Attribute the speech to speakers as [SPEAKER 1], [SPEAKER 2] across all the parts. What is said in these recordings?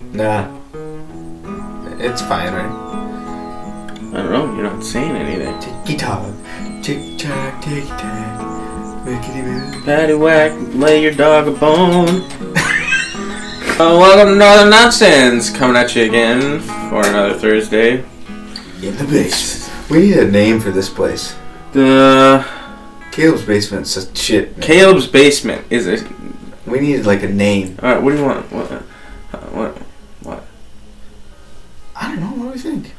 [SPEAKER 1] Nah. It's fine, right?
[SPEAKER 2] I don't know. You're not saying anything.
[SPEAKER 1] Ticky tock, tick tock, tick tock, rickety boo.
[SPEAKER 2] Paddywhack, lay your dog a bone. oh, welcome to Northern Nonsense, coming at you again for another Thursday.
[SPEAKER 1] In the basement. We need a name for this place.
[SPEAKER 2] The
[SPEAKER 1] Caleb's basement's a shit. name.
[SPEAKER 2] Caleb's basement is it?
[SPEAKER 1] we need like a name.
[SPEAKER 2] All right. What do you want? What? uh, What? What?
[SPEAKER 1] I don't know. What do we think?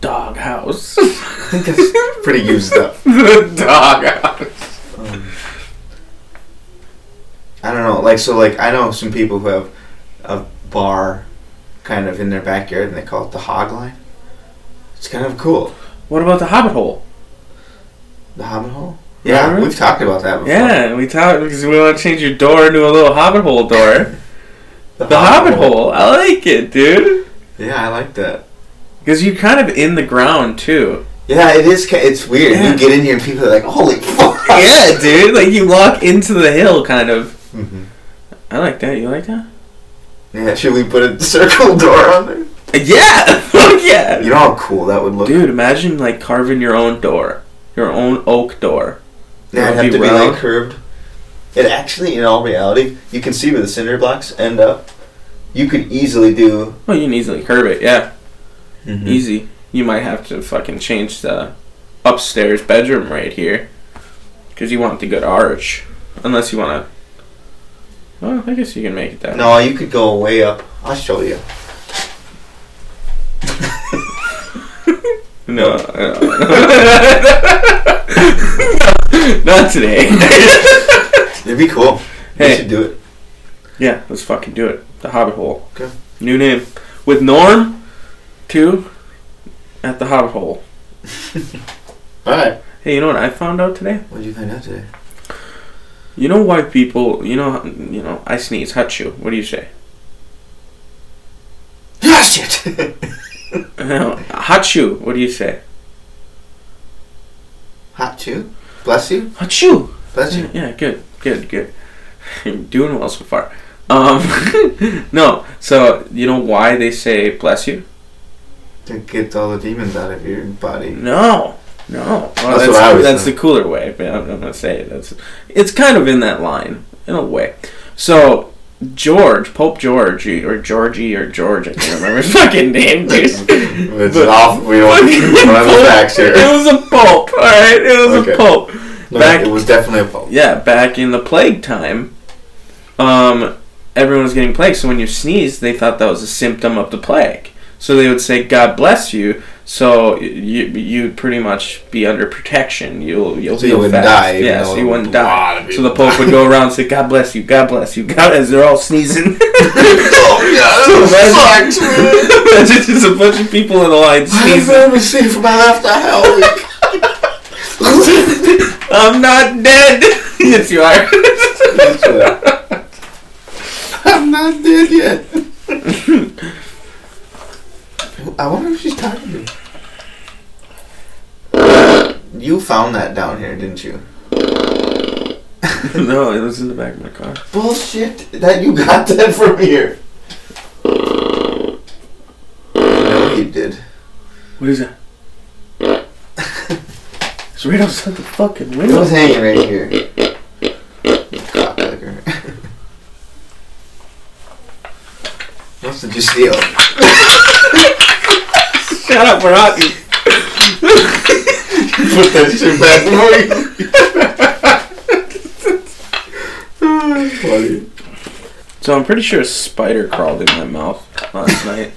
[SPEAKER 2] Dog house.
[SPEAKER 1] I think that's pretty used up.
[SPEAKER 2] the dog house.
[SPEAKER 1] Um, I don't know. Like so, like I know some people who have a bar kind of in their backyard, and they call it the Hog Line. It's kind of cool.
[SPEAKER 2] What about the Hobbit hole?
[SPEAKER 1] The Hobbit Hole.
[SPEAKER 2] Yeah,
[SPEAKER 1] Yeah,
[SPEAKER 2] really?
[SPEAKER 1] we've talked about that before.
[SPEAKER 2] Yeah, we talked because we want to change your door into a little Hobbit hole door.
[SPEAKER 1] the,
[SPEAKER 2] the Hobbit hole. I like it, dude.
[SPEAKER 1] Yeah, I like that.
[SPEAKER 2] Because you're kind of in the ground too.
[SPEAKER 1] Yeah, it is. ki- It's weird.
[SPEAKER 2] Yeah.
[SPEAKER 1] You get in here, and people are like, "Holy fuck!"
[SPEAKER 2] yeah, dude. Like you walk into the hill, kind of.
[SPEAKER 1] Mhm.
[SPEAKER 2] I like that. You like that?
[SPEAKER 1] Yeah, should we put a circle door on there?
[SPEAKER 2] Yeah. Fuck yeah.
[SPEAKER 1] You know how cool that would look.
[SPEAKER 2] Dude, imagine like carving your own door, your own oak door.
[SPEAKER 1] Yeah,
[SPEAKER 2] It'd
[SPEAKER 1] it'd have
[SPEAKER 2] be
[SPEAKER 1] to be
[SPEAKER 2] round.
[SPEAKER 1] like curved. It actually, in all reality, you can see where the cinder blocks end up. You could easily do.
[SPEAKER 2] Well, Oh, you can easily curve it. Yeah, easy. You might have to fucking change the upstairs bedroom right here because you want the good arch. Unless you want to. Well, I guess you can make it that.
[SPEAKER 1] No, you could go way up. I'll show you.
[SPEAKER 2] way. no, uh, no, no. not today.
[SPEAKER 1] It'd be cool.
[SPEAKER 2] Hey.
[SPEAKER 1] We should do it.
[SPEAKER 2] yeah, let's fucking do it. The Hobbit Hole.
[SPEAKER 1] Okay.
[SPEAKER 2] New name with Norm, too, at the Hobbit Hole.
[SPEAKER 1] All right.
[SPEAKER 2] Hey, you know what I found out today?
[SPEAKER 1] What did you find out today?
[SPEAKER 2] You know why people? You know, you know. I sneeze, hut you. What do you say?
[SPEAKER 1] Ah, shit.
[SPEAKER 2] No, hut you. What do you say?
[SPEAKER 1] Hot too. Bless you.
[SPEAKER 2] Hut you.
[SPEAKER 1] Bless you.
[SPEAKER 2] Yeah, good, good, good. You're doing well so far. Um, no. So you know why they say bless you?
[SPEAKER 1] To get all the demons out of your body.
[SPEAKER 2] No, no. Well, that's
[SPEAKER 1] That's what I always
[SPEAKER 2] that's
[SPEAKER 1] thought.
[SPEAKER 2] the cooler way. But I'm, I'm gonna say it. that's. It's kind of in that line in a way. So George, Pope George, or Georgie, or George. I can't remember his fucking name, dude.
[SPEAKER 1] It's
[SPEAKER 2] But-
[SPEAKER 1] off. We don't, we don't have the facts here.
[SPEAKER 2] It was a pope, alright? It was a
[SPEAKER 1] Okay.
[SPEAKER 2] pope.
[SPEAKER 1] No,
[SPEAKER 2] back-
[SPEAKER 1] it was definitely a fault.
[SPEAKER 2] Yeah, back in the plague time, um, everyone was getting plague, so when you sneezed, they thought that was a symptom of the plague. So they would say, God bless you, so you, you'd pretty much be under protection. You'll, you'll
[SPEAKER 1] So you
[SPEAKER 2] heal
[SPEAKER 1] wouldn't
[SPEAKER 2] fast.
[SPEAKER 1] die, even
[SPEAKER 2] Yeah,
[SPEAKER 1] though
[SPEAKER 2] so you wouldn't
[SPEAKER 1] a lot
[SPEAKER 2] die.
[SPEAKER 1] of
[SPEAKER 2] So the
[SPEAKER 1] people
[SPEAKER 2] pope would go around and say, God bless you, God bless you, God, as they're all sneezing.
[SPEAKER 1] oh, yeah,
[SPEAKER 2] Imagine-
[SPEAKER 1] this sucks, man.
[SPEAKER 2] Imagine just a bunch of people in a line
[SPEAKER 1] I've
[SPEAKER 2] sneezing.
[SPEAKER 1] never seen from my left eye all week.
[SPEAKER 2] I'm not dead. yes, you are.
[SPEAKER 1] I'm not dead yet. I wonder if she's talking to me. You found that down here, didn't you?
[SPEAKER 2] no, it was in the back of my car.
[SPEAKER 1] Bullshit that you got that from here. No, you did.
[SPEAKER 2] What is that? it's right outside the fucking
[SPEAKER 1] It
[SPEAKER 2] window.
[SPEAKER 1] was hanging right here. Cock licker. What did you steal?
[SPEAKER 2] Shut up, we're out. you-
[SPEAKER 1] Put that shit back for me. Funny.
[SPEAKER 2] So I'm pretty sure a spider crawled in my mouth last night.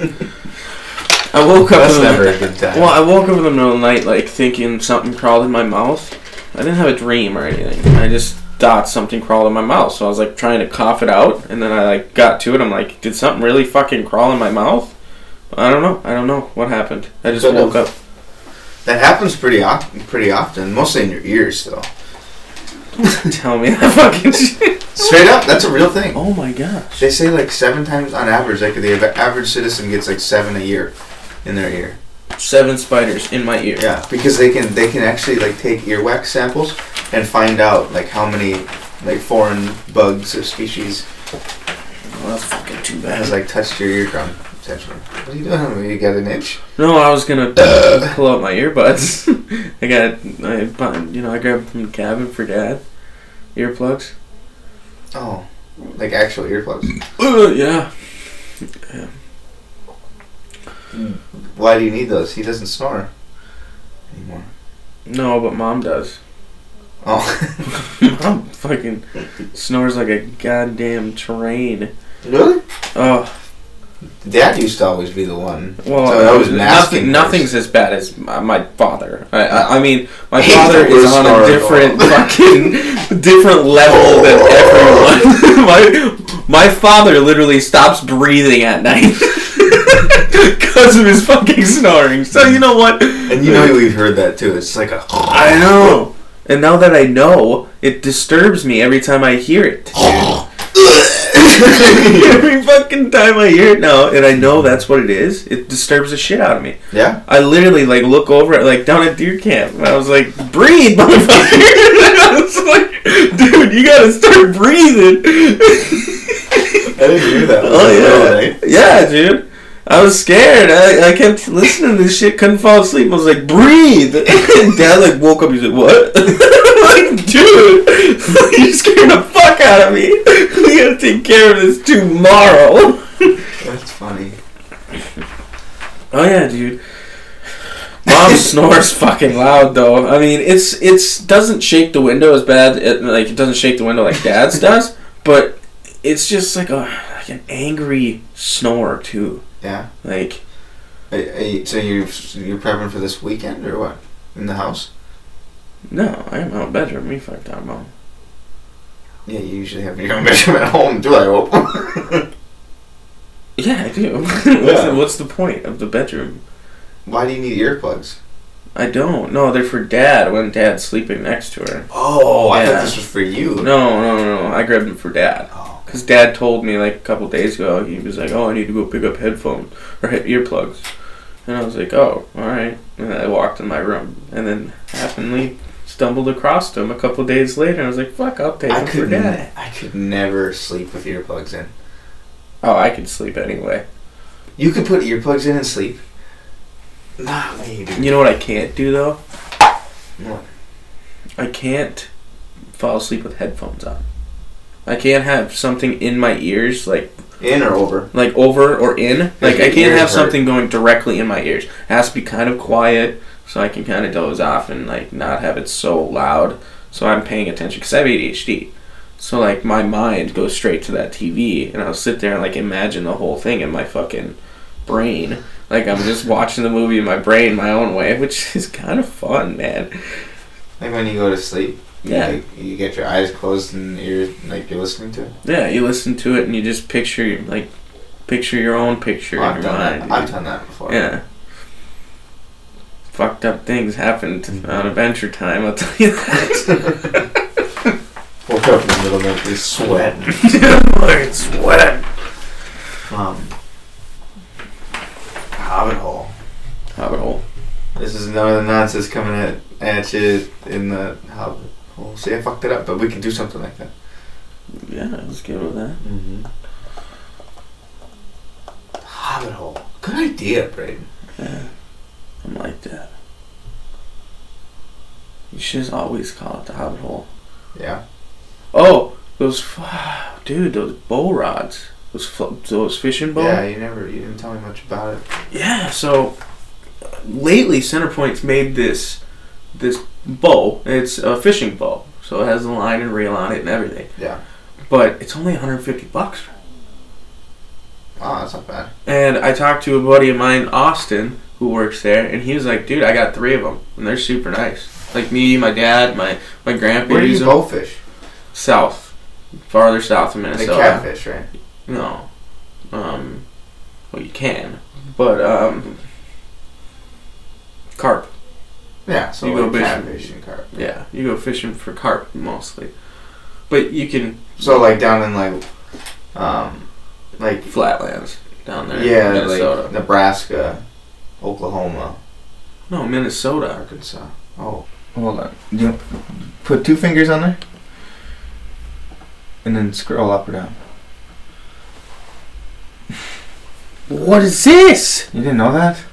[SPEAKER 2] I woke up.
[SPEAKER 1] That's
[SPEAKER 2] in the-
[SPEAKER 1] never a good time.
[SPEAKER 2] Well, I woke up in the middle of the night, like thinking something crawled in my mouth. I didn't have a dream or anything. I just thought something crawled in my mouth, so I was like trying to cough it out, and then I like got to it. I'm like, did something really fucking crawl in my mouth? I don't know. I don't know what happened. I just
[SPEAKER 1] Could've.
[SPEAKER 2] woke up.
[SPEAKER 1] That happens pretty often, pretty often, mostly in your ears, though.
[SPEAKER 2] Tell me that fucking shit.
[SPEAKER 1] Straight up, that's a real thing.
[SPEAKER 2] Oh my gosh.
[SPEAKER 1] They say like seven times on average, like the av- average citizen gets like seven a year in their ear.
[SPEAKER 2] Seven spiders in my ear.
[SPEAKER 1] Yeah, because they can they can actually like take earwax samples and find out like how many like foreign bugs or species
[SPEAKER 2] well, that's fucking too
[SPEAKER 1] I
[SPEAKER 2] bad.
[SPEAKER 1] was like, touched your eardrum. Potentially. What are you doing? You got an itch?
[SPEAKER 2] No, I was gonna pull out my earbuds. I got, I bought, you know, I grabbed from the cabin for dad. Earplugs.
[SPEAKER 1] Oh, like actual earplugs.
[SPEAKER 2] Ugh, yeah.
[SPEAKER 1] Why do you need those? He doesn't snore anymore.
[SPEAKER 2] No, but mom does.
[SPEAKER 1] Oh,
[SPEAKER 2] mom fucking snores like a goddamn train.
[SPEAKER 1] really?
[SPEAKER 2] Oh,
[SPEAKER 1] Dad used to always be the one.
[SPEAKER 2] well,
[SPEAKER 1] So that was
[SPEAKER 2] nothing,
[SPEAKER 1] masking
[SPEAKER 2] nothing's as bad as my, my father. I, I, I mean, my
[SPEAKER 1] He's
[SPEAKER 2] father
[SPEAKER 1] the
[SPEAKER 2] is
[SPEAKER 1] worst
[SPEAKER 2] on a
[SPEAKER 1] snorer of
[SPEAKER 2] different
[SPEAKER 1] all.
[SPEAKER 2] fucking different level than everyone. my my father literally stops breathing at night because of his fucking snoring. So you know what?
[SPEAKER 1] And you know we've heard that too. It's like a.
[SPEAKER 2] I know. And now that I know, it disturbs me every time I hear it. every fucking time I hear it now, and I know that's what it is, it disturbs the shit out of me.
[SPEAKER 1] yeah.
[SPEAKER 2] I literally like look over at like down at deer camp, and I was like, "Breathe, motherfucker!" I was like, "Dude, you gotta start breathing."
[SPEAKER 1] I didn't hear that.
[SPEAKER 2] Oh yeah, yeah, dude. I was scared. I, I kept listening to this shit. Couldn't fall asleep. I was like, breathe. And Dad like woke up. He's like, what? like, dude, you scared the fuck out of me. We gotta take care of this tomorrow.
[SPEAKER 1] That's funny.
[SPEAKER 2] Oh yeah, dude. Mom snores fucking loud though. I mean, it's it's doesn't shake the window as bad. It, like it doesn't shake the window like Dad's does, but it's just like a like an angry snore too.
[SPEAKER 1] Yeah.
[SPEAKER 2] Like
[SPEAKER 1] Are, are you, so you you're prepping for this weekend or what? In the house?
[SPEAKER 2] no, I have my own bedroom. Me fuck that mom.
[SPEAKER 1] Yeah, you usually have your own bedroom at home, do I hope?
[SPEAKER 2] Yeah, I do. what's,
[SPEAKER 1] Yeah.
[SPEAKER 2] the, what's the point of the bedroom?
[SPEAKER 1] Why do you need earplugs?
[SPEAKER 2] I don't. No, they're for Dad when Dad's sleeping next to her.
[SPEAKER 1] Oh, I
[SPEAKER 2] Yeah.
[SPEAKER 1] thought this was for you.
[SPEAKER 2] No, no, no. no. I grabbed them for Dad.
[SPEAKER 1] Oh.
[SPEAKER 2] Because dad told me like a couple days ago, he was like, oh, I need to go pick up headphones or he- earplugs. And I was like, oh, alright. And I walked in my room and then happenly stumbled across them a couple days later. I was like, fuck, I'll take
[SPEAKER 1] I
[SPEAKER 2] them for
[SPEAKER 1] could,
[SPEAKER 2] dad.
[SPEAKER 1] ne- I could never sleep with earplugs in.
[SPEAKER 2] Oh, I could sleep anyway.
[SPEAKER 1] You could put earplugs in and sleep. Not me, dude.
[SPEAKER 2] You know what I can't do though?
[SPEAKER 1] What?
[SPEAKER 2] I can't fall asleep with headphones on. I can't have something in my ears, like
[SPEAKER 1] In or over?
[SPEAKER 2] like over or in. Like
[SPEAKER 1] your
[SPEAKER 2] I can't
[SPEAKER 1] ears
[SPEAKER 2] have
[SPEAKER 1] hurt.
[SPEAKER 2] something going directly in my ears. It has to be kind of quiet so I can kind of doze off and like not have it so loud. So I'm paying attention because I have ADHD. So like my mind goes straight to that TV and I'll sit there and like imagine the whole thing in my fucking brain. Like I'm just watching the movie in my brain my own way, which is kind of fun, man.
[SPEAKER 1] Like when you go to sleep. you,
[SPEAKER 2] Yeah.
[SPEAKER 1] Like, you get your eyes closed and ears like you're listening to it.
[SPEAKER 2] Yeah, you listen to it and you just picture like picture your own picture in
[SPEAKER 1] I've
[SPEAKER 2] your
[SPEAKER 1] done
[SPEAKER 2] mind.
[SPEAKER 1] that. I've done that before.
[SPEAKER 2] Yeah. Fucked up things happened on Adventure Time, I'll tell you that.
[SPEAKER 1] Woke up in the middle of the night, just sweating.
[SPEAKER 2] Dude, sweat.
[SPEAKER 1] Um, Hobbit hole.
[SPEAKER 2] Hobbit hole.
[SPEAKER 1] This is none of the nonsense coming at, at you in the Hobbit hole. See, I fucked it up, but we can do something like that.
[SPEAKER 2] Yeah, I was good with that.
[SPEAKER 1] Mm-hmm. Hobbit hole. Good idea, Braden.
[SPEAKER 2] I'm like that. You should just always call it the Hobbit hole.
[SPEAKER 1] Yeah.
[SPEAKER 2] Oh, those, f- dude, those bow rods, those fl- those fishing bow.
[SPEAKER 1] Yeah, you never, you didn't tell me much about it.
[SPEAKER 2] Yeah, so uh, lately Centerpoint's made this this bow. It's a fishing bow, so it has a line and reel on it and everything.
[SPEAKER 1] Yeah.
[SPEAKER 2] But it's only 150 bucks.
[SPEAKER 1] Oh, that's not bad.
[SPEAKER 2] And I talked to a buddy of mine, Austin, who works there, and he was like, "Dude, I got three of them, and they're super nice. Like me, my dad, my my grandpa
[SPEAKER 1] Where do you
[SPEAKER 2] use 'em.
[SPEAKER 1] bowfish?
[SPEAKER 2] South, farther south of
[SPEAKER 1] The
[SPEAKER 2] Minnesota.
[SPEAKER 1] catfish, right?
[SPEAKER 2] No. Um, well, you can, but um, carp."
[SPEAKER 1] Yeah, so
[SPEAKER 2] You
[SPEAKER 1] you
[SPEAKER 2] go
[SPEAKER 1] like
[SPEAKER 2] fishing.
[SPEAKER 1] catfish and carp.
[SPEAKER 2] Yeah, you go fishing for carp mostly, but you can
[SPEAKER 1] So like down in like, um, like
[SPEAKER 2] flatlands down there.
[SPEAKER 1] yeah,
[SPEAKER 2] Minnesota.
[SPEAKER 1] like Nebraska, Oklahoma,
[SPEAKER 2] no, Minnesota.
[SPEAKER 1] Arkansas. Oh,
[SPEAKER 2] Hold on.
[SPEAKER 1] you put two fingers on there, and then scroll up or down.
[SPEAKER 2] What is this?
[SPEAKER 3] You didn't know that?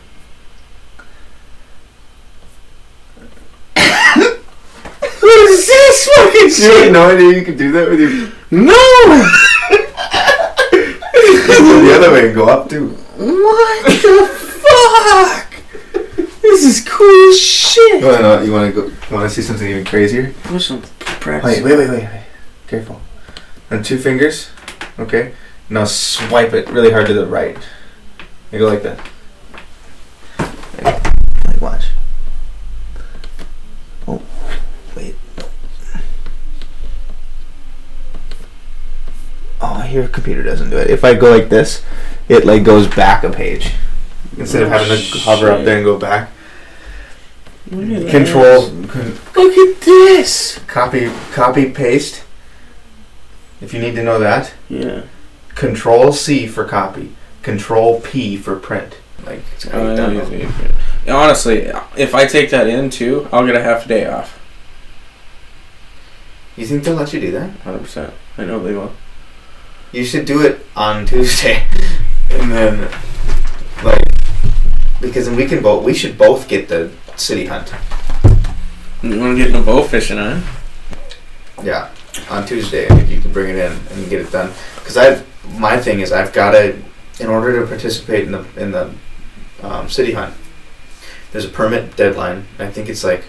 [SPEAKER 2] What is this fucking
[SPEAKER 1] You had
[SPEAKER 2] shit?
[SPEAKER 1] no idea you could do that with your.
[SPEAKER 2] No!
[SPEAKER 1] Go the other way and go up too.
[SPEAKER 2] What the fuck? This is cool
[SPEAKER 1] You
[SPEAKER 2] as shit.
[SPEAKER 1] wanna know, you wanna go? Wanna see something even crazier?
[SPEAKER 2] Put some practice.
[SPEAKER 1] Wait, wait, wait, wait, wait. Careful. On two fingers, okay. Now swipe it really hard to the right. You go like that.
[SPEAKER 3] Like, watch.
[SPEAKER 1] Wait.
[SPEAKER 3] Oh, your computer doesn't do it. If I go like this, it like goes back a page.
[SPEAKER 1] Instead of having to hover up there and go back,
[SPEAKER 2] Look at
[SPEAKER 1] control,
[SPEAKER 2] This. Look at this.
[SPEAKER 1] copy, copy, paste. If you need to know that.
[SPEAKER 2] Yeah.
[SPEAKER 1] Control C for copy. Control P for print. Like it's how you
[SPEAKER 2] I
[SPEAKER 1] done
[SPEAKER 2] know
[SPEAKER 1] it.
[SPEAKER 2] you think it. Honestly, if I take that in too, I'll get a half a day off.
[SPEAKER 1] You think they'll let you do that?
[SPEAKER 2] 100%. I know they will.
[SPEAKER 1] You should do it on Tuesday, and then like because then we can both we should both get the city hunt.
[SPEAKER 2] You want to get into bow fishing, huh?
[SPEAKER 1] Yeah, on Tuesday I think you can bring it in and get it done. Because I've my thing is I've got to in order to participate in the in the um, city hunt. There's a permit deadline. I think it's like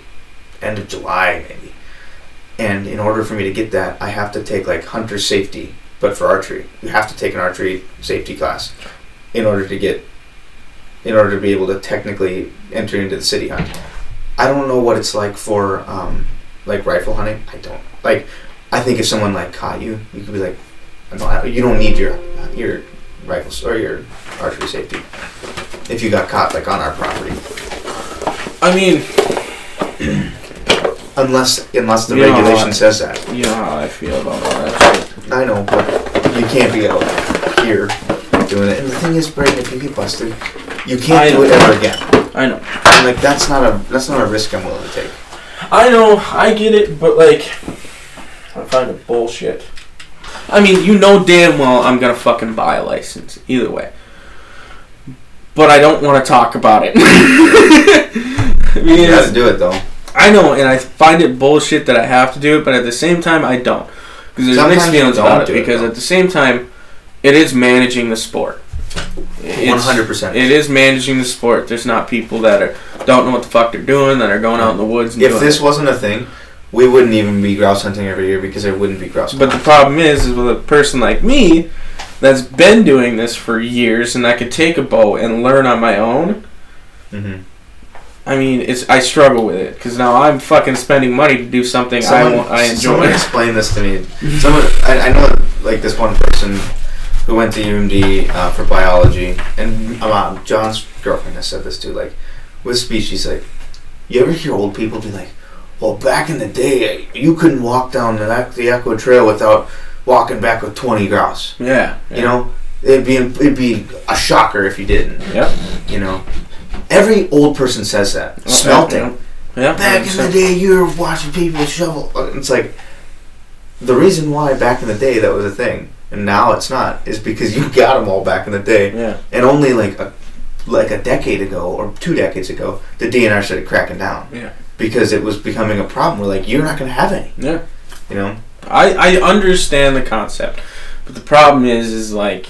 [SPEAKER 1] end of July maybe. And in order for me to get that, I have to take like hunter safety, but for archery, you have to take an archery safety class in order to get in order to be able to technically enter into the city hunt. I don't know what it's like for um, like rifle hunting. I don't like. I think if someone like caught you, you could be like, no, I- you don't need your your rifles or your archery safety. If you got caught like on our property,
[SPEAKER 2] I mean,
[SPEAKER 1] unless unless the
[SPEAKER 2] You know,
[SPEAKER 1] regulation
[SPEAKER 2] I-
[SPEAKER 1] says that.
[SPEAKER 2] you know how I feel about all that shit.
[SPEAKER 1] I know, but you can't be out here doing it. And the thing is, Brayden, if you get busted, you can't
[SPEAKER 2] I
[SPEAKER 1] do it
[SPEAKER 2] know.
[SPEAKER 1] ever again.
[SPEAKER 2] I know.
[SPEAKER 1] And, like that's not a that's not a risk I'm willing to take.
[SPEAKER 2] I know, I get it, but like, I find it bullshit. I mean, you know damn well I'm gonna fucking buy a license either way, but I don't want to talk about it.
[SPEAKER 1] You got to
[SPEAKER 2] because
[SPEAKER 1] do it though.
[SPEAKER 2] I know, and I find it bullshit that I have to do it, but at the same time, I don't because there's
[SPEAKER 1] Sometimes
[SPEAKER 2] mixed
[SPEAKER 1] you
[SPEAKER 2] feelings
[SPEAKER 1] don't
[SPEAKER 2] about it.
[SPEAKER 1] do it,
[SPEAKER 2] Because
[SPEAKER 1] though.
[SPEAKER 2] at the same time, it is managing the sport. It's-
[SPEAKER 1] One hundred percent.
[SPEAKER 2] It is managing the sport. There's not people that are don't know what the fuck they're doing that are going out in the woods. And
[SPEAKER 1] If
[SPEAKER 2] doing
[SPEAKER 1] this
[SPEAKER 2] it.
[SPEAKER 1] wasn't a thing, we wouldn't even be grouse hunting every year because there wouldn't be grouse.
[SPEAKER 2] But the problem is, is with a person like me that's been doing this for years and I could take a bow and learn on my own.
[SPEAKER 1] mm-hmm.
[SPEAKER 2] I mean, it's I struggle with it because now I'm fucking spending money to do something I want, I enjoy.
[SPEAKER 1] Someone explain this to me. Someone, I, I know like this one person who went to UMD uh, for biology, and um, John's girlfriend has said this too. Like with species, like you ever hear old people be like, "Well, back in the day, you couldn't walk down the Ac- the Echo Trail without walking back with twenty grouse."
[SPEAKER 2] yeah, yeah.
[SPEAKER 1] You know, it'd be it'd be a shocker if you didn't.
[SPEAKER 2] Yep.
[SPEAKER 1] You know, every old person says that. Smelting
[SPEAKER 2] Yeah.
[SPEAKER 1] back in the
[SPEAKER 2] 100%.
[SPEAKER 1] day you were watching people shovel it's like the reason why back in the day that was a thing and now it's not is because you got them all back in the day
[SPEAKER 2] Yeah.
[SPEAKER 1] and only like a like a decade ago or two decades ago the dnr started cracking down
[SPEAKER 2] Yeah.
[SPEAKER 1] because it was becoming a problem we're like you're not going to have any
[SPEAKER 2] Yeah.
[SPEAKER 1] you know
[SPEAKER 2] I, I understand the concept, but the problem is is like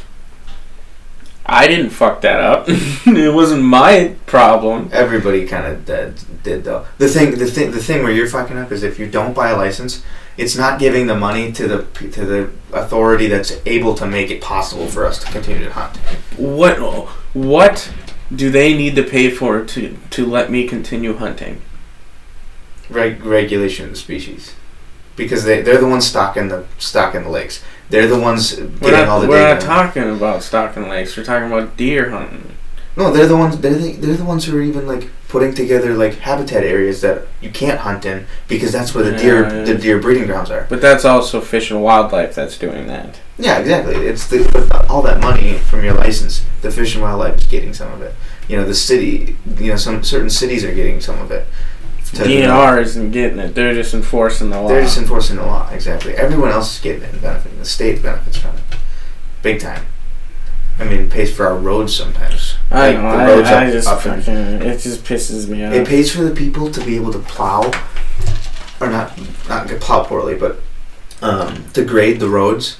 [SPEAKER 2] I didn't fuck that up. it wasn't my problem.
[SPEAKER 1] everybody kind of did, did though the thing the thing the thing where you're fucking up is if you don't buy a license it's not giving the money to the to the authority that's able to make it possible for us to continue to hunt
[SPEAKER 2] What what do they need to pay for to to let me continue hunting?
[SPEAKER 1] reg- regulation of the species because they they're the ones stocking the stocking the lakes. They're the ones getting
[SPEAKER 2] We're not,
[SPEAKER 1] all the
[SPEAKER 2] we're
[SPEAKER 1] data.
[SPEAKER 2] not talking about stocking lakes. We're talking about deer hunting.
[SPEAKER 1] no, they're the ones they're the, they're the ones who are even like putting together like habitat areas that you can't hunt in because that's where the deer
[SPEAKER 2] Yeah, yeah.
[SPEAKER 1] the deer breeding grounds are.
[SPEAKER 2] But that's also fish and wildlife that's doing that.
[SPEAKER 1] Yeah, exactly. It's the with all that money from your license. The fish and wildlife is getting some of it. You know, the city. You know, some certain cities are getting some of it. To-
[SPEAKER 2] DNR isn't getting it. They're just enforcing the law.
[SPEAKER 1] They're just enforcing the law, exactly. Everyone else is getting it and benefiting. The state benefits from it. Big time. I mean, pays for our roads sometimes.
[SPEAKER 2] I
[SPEAKER 1] Like,
[SPEAKER 2] know.
[SPEAKER 1] the roads
[SPEAKER 2] I, I
[SPEAKER 1] up-
[SPEAKER 2] just
[SPEAKER 1] up in-
[SPEAKER 2] fucking. It just pisses me off.
[SPEAKER 1] It pays for the people to be able to plow, or not not get plow poorly, but um, to grade the roads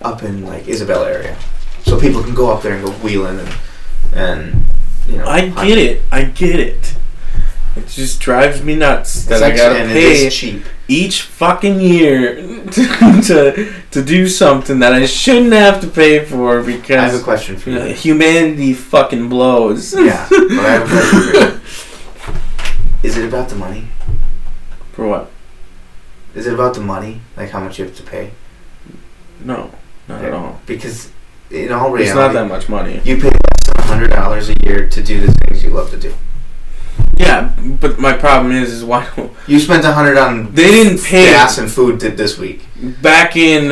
[SPEAKER 1] up in like Isabella area, so people can go up there and go wheeling and and you know.
[SPEAKER 2] I get it. I get it. It just drives me nuts that
[SPEAKER 1] It's
[SPEAKER 2] I
[SPEAKER 1] actually-
[SPEAKER 2] gotta
[SPEAKER 1] and it
[SPEAKER 2] pay
[SPEAKER 1] is cheap.
[SPEAKER 2] each fucking year to, to to do something that I shouldn't have to pay for
[SPEAKER 1] I have
[SPEAKER 2] because
[SPEAKER 1] a question for
[SPEAKER 2] you know,
[SPEAKER 1] you.
[SPEAKER 2] humanity fucking blows.
[SPEAKER 1] yeah, but I have a question for you. Is it about the money?
[SPEAKER 2] For what?
[SPEAKER 1] Is it about the money? Like how much you have to pay?
[SPEAKER 2] No, not at all.
[SPEAKER 1] Because in all reality,
[SPEAKER 2] It's not that much money.
[SPEAKER 1] you pay less than hundred dollars a year to do the things you love to do.
[SPEAKER 2] Yeah, but my problem is, is why don't
[SPEAKER 1] You spent a hundred on
[SPEAKER 2] they didn't pay
[SPEAKER 1] gas and food did this week.
[SPEAKER 2] back in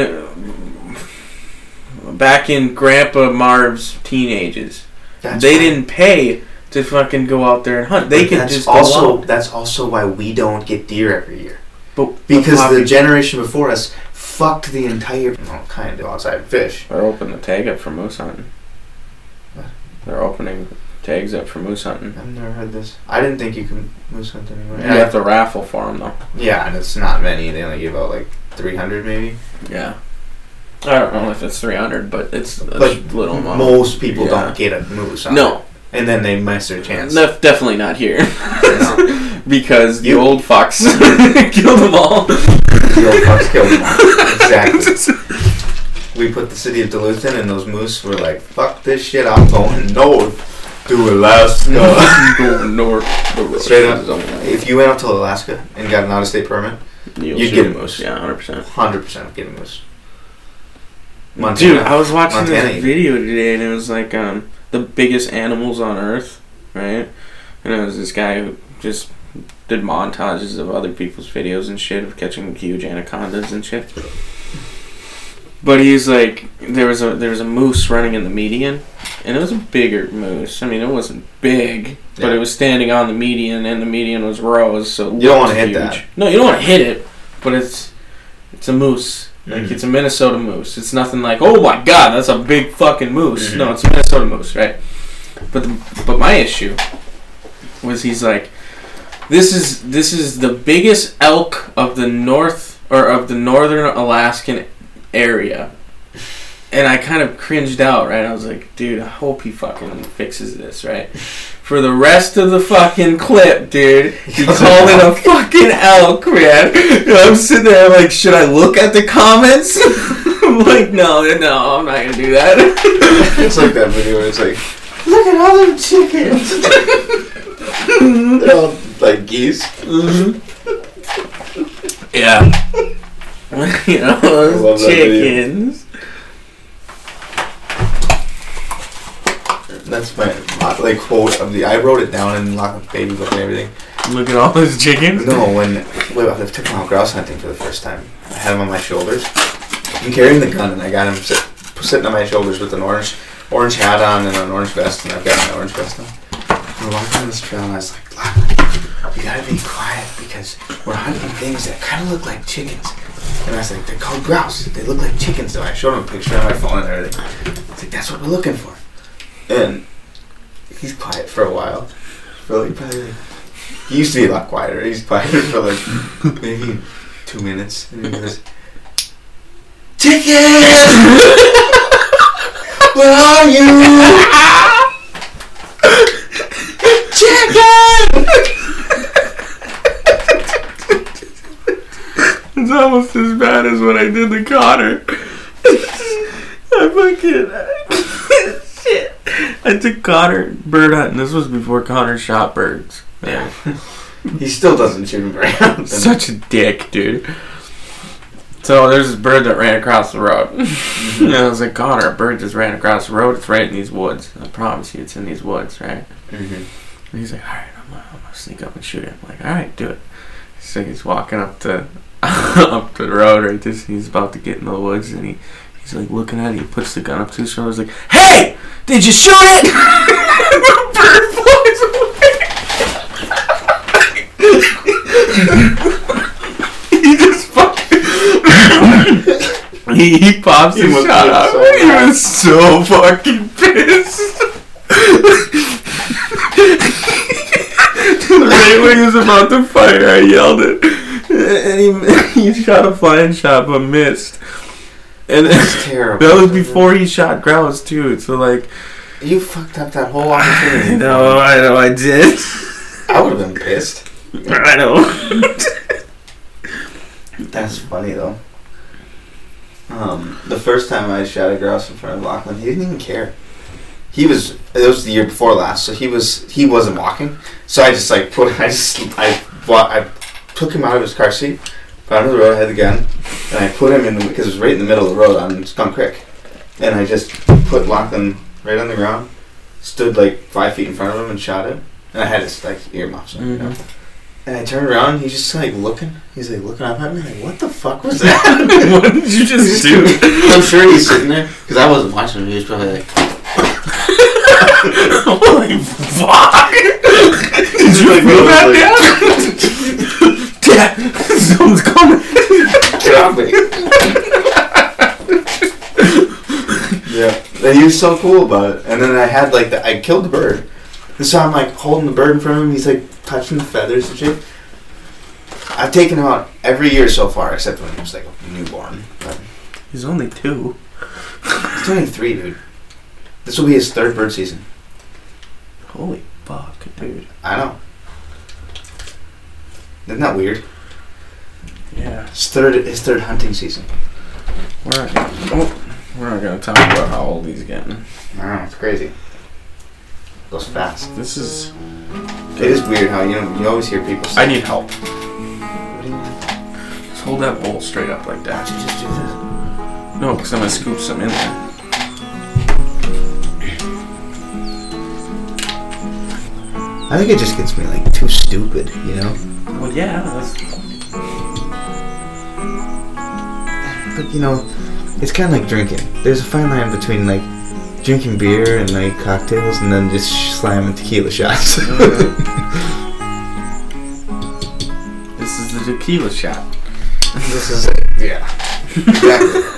[SPEAKER 2] back in Grandpa Marv's teenagers.
[SPEAKER 1] That's
[SPEAKER 2] they
[SPEAKER 1] why-
[SPEAKER 2] didn't pay to fucking go out there and hunt. They
[SPEAKER 1] but
[SPEAKER 2] could
[SPEAKER 1] that's
[SPEAKER 2] just also
[SPEAKER 1] also that's also why we don't get deer every year.
[SPEAKER 2] But
[SPEAKER 1] Because
[SPEAKER 2] but
[SPEAKER 1] the
[SPEAKER 2] Poppy-
[SPEAKER 1] generation before us fucked the entire well, kind of outside fish.
[SPEAKER 2] they're opening the tag up for moose hunting.
[SPEAKER 1] What?
[SPEAKER 2] They're opening tags up for moose hunting.
[SPEAKER 1] I've never heard this. I didn't think you can moose hunt anywhere.
[SPEAKER 2] You have to raffle for them though.
[SPEAKER 1] Yeah, and it's not many. They only give out like three hundred maybe.
[SPEAKER 2] Yeah. I don't know if it's three hundred, but it's a
[SPEAKER 1] Like,
[SPEAKER 2] little amount.
[SPEAKER 1] Most people
[SPEAKER 2] Yeah.
[SPEAKER 1] don't get a moose. on
[SPEAKER 2] No,
[SPEAKER 1] it. and then they miss their chance.
[SPEAKER 2] def- definitely not here
[SPEAKER 1] No.
[SPEAKER 2] because the
[SPEAKER 1] You-
[SPEAKER 2] old fox killed them all.
[SPEAKER 1] The old fox killed them all. Exactly. we put the city of Duluth in, and those moose were like, "Fuck this shit! I'm going north to
[SPEAKER 2] Mm-hmm.
[SPEAKER 1] Alaska."
[SPEAKER 2] Going north. the road
[SPEAKER 1] Straight up.
[SPEAKER 2] is only-
[SPEAKER 1] if you went out to Alaska and got an out-of-state permit,
[SPEAKER 2] You'll
[SPEAKER 1] you'd
[SPEAKER 2] shoot
[SPEAKER 1] get a moose.
[SPEAKER 2] Yeah, hundred percent.
[SPEAKER 1] hundred percent get a moose.
[SPEAKER 2] Dude, I was watching
[SPEAKER 1] Montana,
[SPEAKER 2] this
[SPEAKER 1] you-
[SPEAKER 2] video today, and it was like um, the biggest animals on Earth, right? And it was this guy who just did montages of other people's videos and shit of catching huge anacondas and shit. But he's like, there was a there was a moose running in the median, and it was a bigger moose. I mean, it wasn't big, but
[SPEAKER 1] Yeah.
[SPEAKER 2] it was standing on the median, and the median was rows, so it
[SPEAKER 1] You don't
[SPEAKER 2] looked
[SPEAKER 1] wanna hit
[SPEAKER 2] huge.
[SPEAKER 1] that.
[SPEAKER 2] No, you don't want to hit it, but it's it's a moose. Like
[SPEAKER 1] Mhm.
[SPEAKER 2] it's a Minnesota moose. It's nothing like oh my god, that's a big fucking moose.
[SPEAKER 1] Mhm.
[SPEAKER 2] No, it's a Minnesota moose, right? But the, but my issue was he's like, this is this is the biggest elk of the north or of the northern Alaskan area, and I kind of cringed out. Right, I was like, dude, I hope he fucking fixes this. Right. For the rest of the fucking clip, dude, he called it a fucking elk, man. And I'm sitting there like, should I look at the comments? I'm like, no, no, I'm not gonna do that.
[SPEAKER 1] it's like that video. Where it's like, look at all them chickens. They're all like geese.
[SPEAKER 2] Yeah. you know,
[SPEAKER 1] love
[SPEAKER 2] those
[SPEAKER 1] that video.
[SPEAKER 2] chickens.
[SPEAKER 1] That's my my, like quote of the. I wrote it down in lock of baby book and everything.
[SPEAKER 2] Look at all those chickens.
[SPEAKER 1] No, when wait, I took him out grouse hunting for the first time. I had him on my shoulders. I'm carrying the gun, and I got him sit, sitting on my shoulders with an orange orange hat on and an orange vest, and I've got my orange vest on. We're walking on this trail, and I was like, "Lachlan, you gotta be quiet because we're hunting things that kind of look like chickens." And I was like, "They're called grouse. They look like chickens." So I showed him a picture on my phone and everything. I was like, "That's what we're looking for." And he's quiet for a while. Really, probably like he used to be a lot quieter. He's quieter for like maybe two minutes. And he goes, Chicken! Where are you?
[SPEAKER 2] Chicken! it's almost as bad as when I did the Connor. I fucking. Shit. I took Connor bird hunting. This was before Connor shot birds. Man.
[SPEAKER 1] He still doesn't shoot him very often.
[SPEAKER 2] Such a dick, dude. So there's this bird that ran across the road. and I was like, Connor, a bird just ran across the road. It's right in these woods. I promise you, it's in these woods, right?
[SPEAKER 1] Mhm.
[SPEAKER 2] And he's like, all right, I'm gonna, I'm gonna sneak up and shoot him. I'm like, all right, do it. So he's walking up to up to the road, right? This he's about to get in the woods, and he he's like looking at it. He puts the gun up to his shoulder. He's like, hey, did you shoot it? the bird flies away. he just fucking. he, he pops
[SPEAKER 1] He
[SPEAKER 2] him a
[SPEAKER 1] was so
[SPEAKER 2] shot.
[SPEAKER 1] mad.
[SPEAKER 2] he was so fucking pissed. right when he was about to fire, I yelled it. And he, he shot a flying shot but missed. And
[SPEAKER 1] That's terrible.
[SPEAKER 2] that was before he shot grouse, too. So, like,
[SPEAKER 1] You fucked up that whole
[SPEAKER 2] I
[SPEAKER 1] opportunity.
[SPEAKER 2] know, I know, I did.
[SPEAKER 1] I would have been pissed.
[SPEAKER 2] I know.
[SPEAKER 1] That's funny though. Um, the first time I shot a grouse in front of Lachlan, he didn't even care. He was it was the year before last, so he was he wasn't walking. So I just like put I just I wa- I took him out of his car seat, got onto the road, I had the gun, and I put him in because it was right in the middle of the road on Skunk Creek, and I just put Lachlan right on the ground, stood like five feet in front of him and shot him, and I had his like earmuffs on, you know.
[SPEAKER 2] Mhm.
[SPEAKER 1] And I turned around, and he's just like looking. He's like looking up at me, like, "What the fuck was that?"
[SPEAKER 2] what did you just do?
[SPEAKER 1] I'm sure he's sitting there because I wasn't watching him. He was probably like,
[SPEAKER 2] Holy fuck! Did you
[SPEAKER 1] Like,
[SPEAKER 2] feel
[SPEAKER 1] I
[SPEAKER 2] that,
[SPEAKER 1] was
[SPEAKER 2] Dad? Dad, someone's coming.
[SPEAKER 1] "Get off me!" yeah, and he was so cool about it. And then I had like the I killed the bird, and so I'm like holding the bird in front of him. He's like touching the feathers and shit. I've taken him out every year so far, except when he was like a newborn. But
[SPEAKER 2] He's only two.
[SPEAKER 1] he's turning three, dude. This will be his third bird season.
[SPEAKER 2] Holy fuck, dude.
[SPEAKER 1] I know. Isn't that weird?
[SPEAKER 2] Yeah.
[SPEAKER 1] His third, his third hunting season.
[SPEAKER 2] We're not, oh, we're not gonna talk about how old he's getting.
[SPEAKER 1] Wow, it's crazy. Goes fast.
[SPEAKER 2] This is.
[SPEAKER 1] It is weird how you know you always hear people. Say,
[SPEAKER 2] I need help.
[SPEAKER 1] What do you want?
[SPEAKER 2] Just hold that bowl straight up like
[SPEAKER 1] Why
[SPEAKER 2] that.
[SPEAKER 1] don't you just do this?
[SPEAKER 2] No, because I'm gonna scoop some in there.
[SPEAKER 1] I think it just gets me like too stupid, you know.
[SPEAKER 2] Well, yeah. That's,
[SPEAKER 1] But you know, it's kind of like drinking. There's a fine line between like drinking beer and like cocktails, and then just sh- slamming tequila shots.
[SPEAKER 2] this is the tequila shot.
[SPEAKER 1] this is yeah. Exactly.